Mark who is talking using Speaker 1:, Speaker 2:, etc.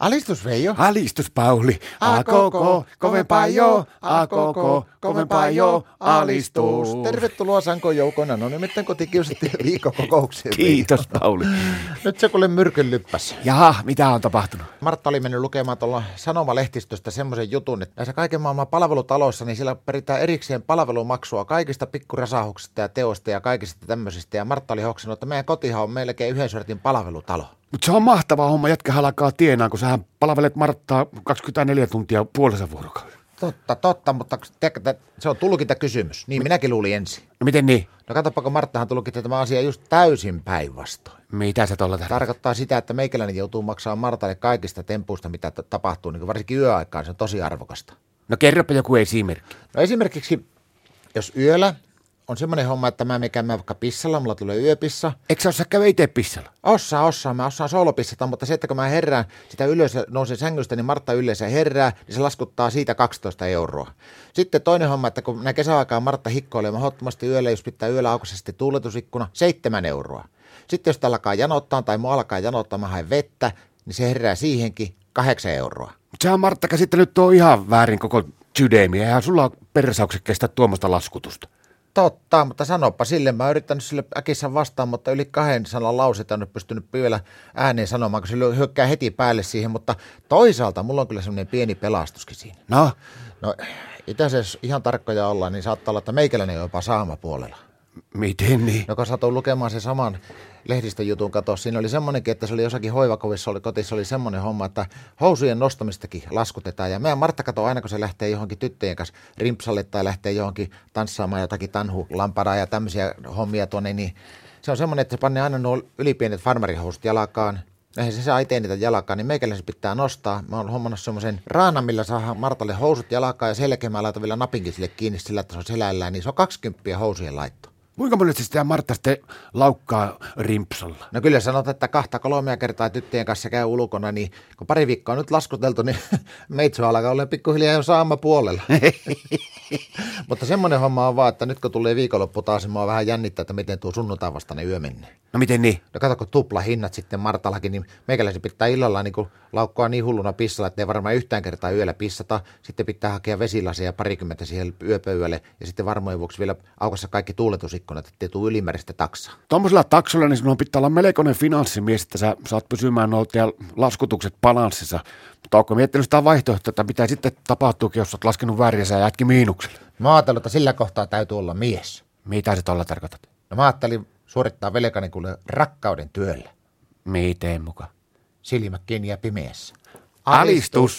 Speaker 1: Alistus Veijo.
Speaker 2: Alistus Pauli, a koko, kovempaa jo, a koko, kovempaa jo, alistus.
Speaker 1: Tervetuloa Sanko Joukona, no nimittäin kotikiusattiin viikkokokoukseen.
Speaker 2: Kiitos Pauli.
Speaker 1: Nyt se kuule myrkyn lyppäs.
Speaker 2: Jaha, mitä on tapahtunut?
Speaker 1: Martta oli mennyt lukemaan tuolla sanomalehtistöstä semmoisen jutun, että näissä kaiken maailman palvelutaloissa, niin siellä peritään erikseen palvelumaksua kaikista pikkurasahuksista ja teosta ja kaikista tämmöisistä. Ja Martta oli hoksinut, että meidän kotihan on melkein yhden sortin palvelutalo.
Speaker 2: Mutta se on mahtava homma, jätkä alkaa tienaa, kun sähän palvelet Marttaa 24 tuntia puolessa vuorokaudessa.
Speaker 1: Totta, totta, mutta te- te- se on tulkintakysymys. Niin minäkin luulin ensin.
Speaker 2: No miten niin?
Speaker 1: No katsoppa, kun Marttahan tulkitti tämä asia just täysin päinvastoin.
Speaker 2: Mitä sä tuolla tarkoitat?
Speaker 1: Tarkoittaa sitä, että meikäläinen joutuu maksamaan Martalle kaikista tempuista, mitä t- tapahtuu, niin kuin varsinkin yöaikaan. Se on tosi arvokasta.
Speaker 2: No kerropa joku esimerkki.
Speaker 1: No esimerkiksi, jos yöllä on semmoinen homma, että mä mekään mä vaikka pissalla, mulla tulee yöpissa.
Speaker 2: Eikö sä osaa käydä itse pissalla?
Speaker 1: Osaa, osaa, mä osaan soolopissata, mutta se, että kun mä herään sitä ylös ja nousen sängystä, niin Martta yleensä herää, niin se laskuttaa siitä 12 euroa. Sitten toinen homma, että kun näin kesäaikaan Martta hikkoilee mahdottomasti yöllä, jos pitää yöllä aukaisesti tuuletusikkuna, 7 euroa. Sitten jos tällä alkaa janottaa tai mua alkaa janottaa, mä haen vettä, niin se herää siihenkin 8 euroa.
Speaker 2: Mutta sehän Martta käsittänyt tuo ihan väärin koko sydämiä. Eihän sulla on persaukset kestää tuommoista laskutusta.
Speaker 1: Totta, mutta sanoppa sille. Mä oon yrittänyt sille äkissä vastaan, mutta yli kahden sanan lauseita on pystynyt vielä ääneen sanomaan, kun se lyö- hyökkää heti päälle siihen. Mutta toisaalta mulla on kyllä semmoinen pieni pelastuskin siinä.
Speaker 2: No,
Speaker 1: No itse asiassa jos ihan tarkkoja ollaan, niin saattaa olla, että meikäläinen on jopa saamapuolella.
Speaker 2: miten niin?
Speaker 1: No kun satoin lukemaan sen saman lehdistöjutun kato, siinä oli semmoinenkin, että se oli jossakin hoivakovissa oli kotissa, oli semmoinen homma, että housujen nostamistakin laskutetaan. Ja meidän Martta kato aina, kun se lähtee johonkin tyttöjen kanssa rimpsalle tai lähtee johonkin tanssaamaan jotakin tanhulamparaa ja tämmöisiä hommia tuonne, niin se on semmoinen, että se panne aina nuo ylipienet farmarihousut jalakaan. Eihän se saa itse niitä jalakaan, niin meikäläisen pitää nostaa. Mä oon hommannut semmoisen raanan, millä saa Martalle housut jalakaan ja sen jälkeen mä laitan vielä napinkin sille kiinni sillä, että se on selällään, niin se on 20 housujen laitto.
Speaker 2: Kuinka monesti sitä Martta sitten laukkaa rimpsalla?
Speaker 1: No kyllä sanotaan, että kahta kolmea kertaa tyttöjen kanssa käy ulkona, niin kun pari viikkoa on nyt laskuteltu, niin meitsy alkaa olla pikkuhiljaa jo saama puolella. Mutta semmoinen homma on vaan, että nyt kun tulee viikonloppu taas, niin mua vähän jännittää, että miten tuo sunnuntai vastainen yö menee.
Speaker 2: No miten niin?
Speaker 1: No kato, kun tupla hinnat sitten Martallakin, niin meikäläisen pitää illalla niin laukkoa niin hulluna pissalla, että ei varmaan yhtään kertaa yöllä pissata. Sitten pitää hakea vesilaseja parikymmentä siihen yöpöydälle ja sitten varmojen vuoksi vielä aukassa kaikki tuuletusikkunat, ettei tule ylimääräistä taksaa.
Speaker 2: Tuommoisella taksolla niin sinun pitää olla melkoinen finanssimies, että sä saat pysymään nuo teidän laskutukset balanssissa. Mutta onko miettinyt sitä vaihtoehtoa, että mitä sitten tapahtuukin, jos olet laskenut väärin ja sä jätkin miinukselle?
Speaker 1: Mä ajattelin, että sillä kohtaa täytyy olla mies.
Speaker 2: Mitä se tuolla tarkoitat?
Speaker 1: No mä ajattelin suorittaa velkani kuule rakkauden työllä.
Speaker 2: Miten muka?
Speaker 1: Silmät kiinni ja pimeässä.
Speaker 2: Alistus!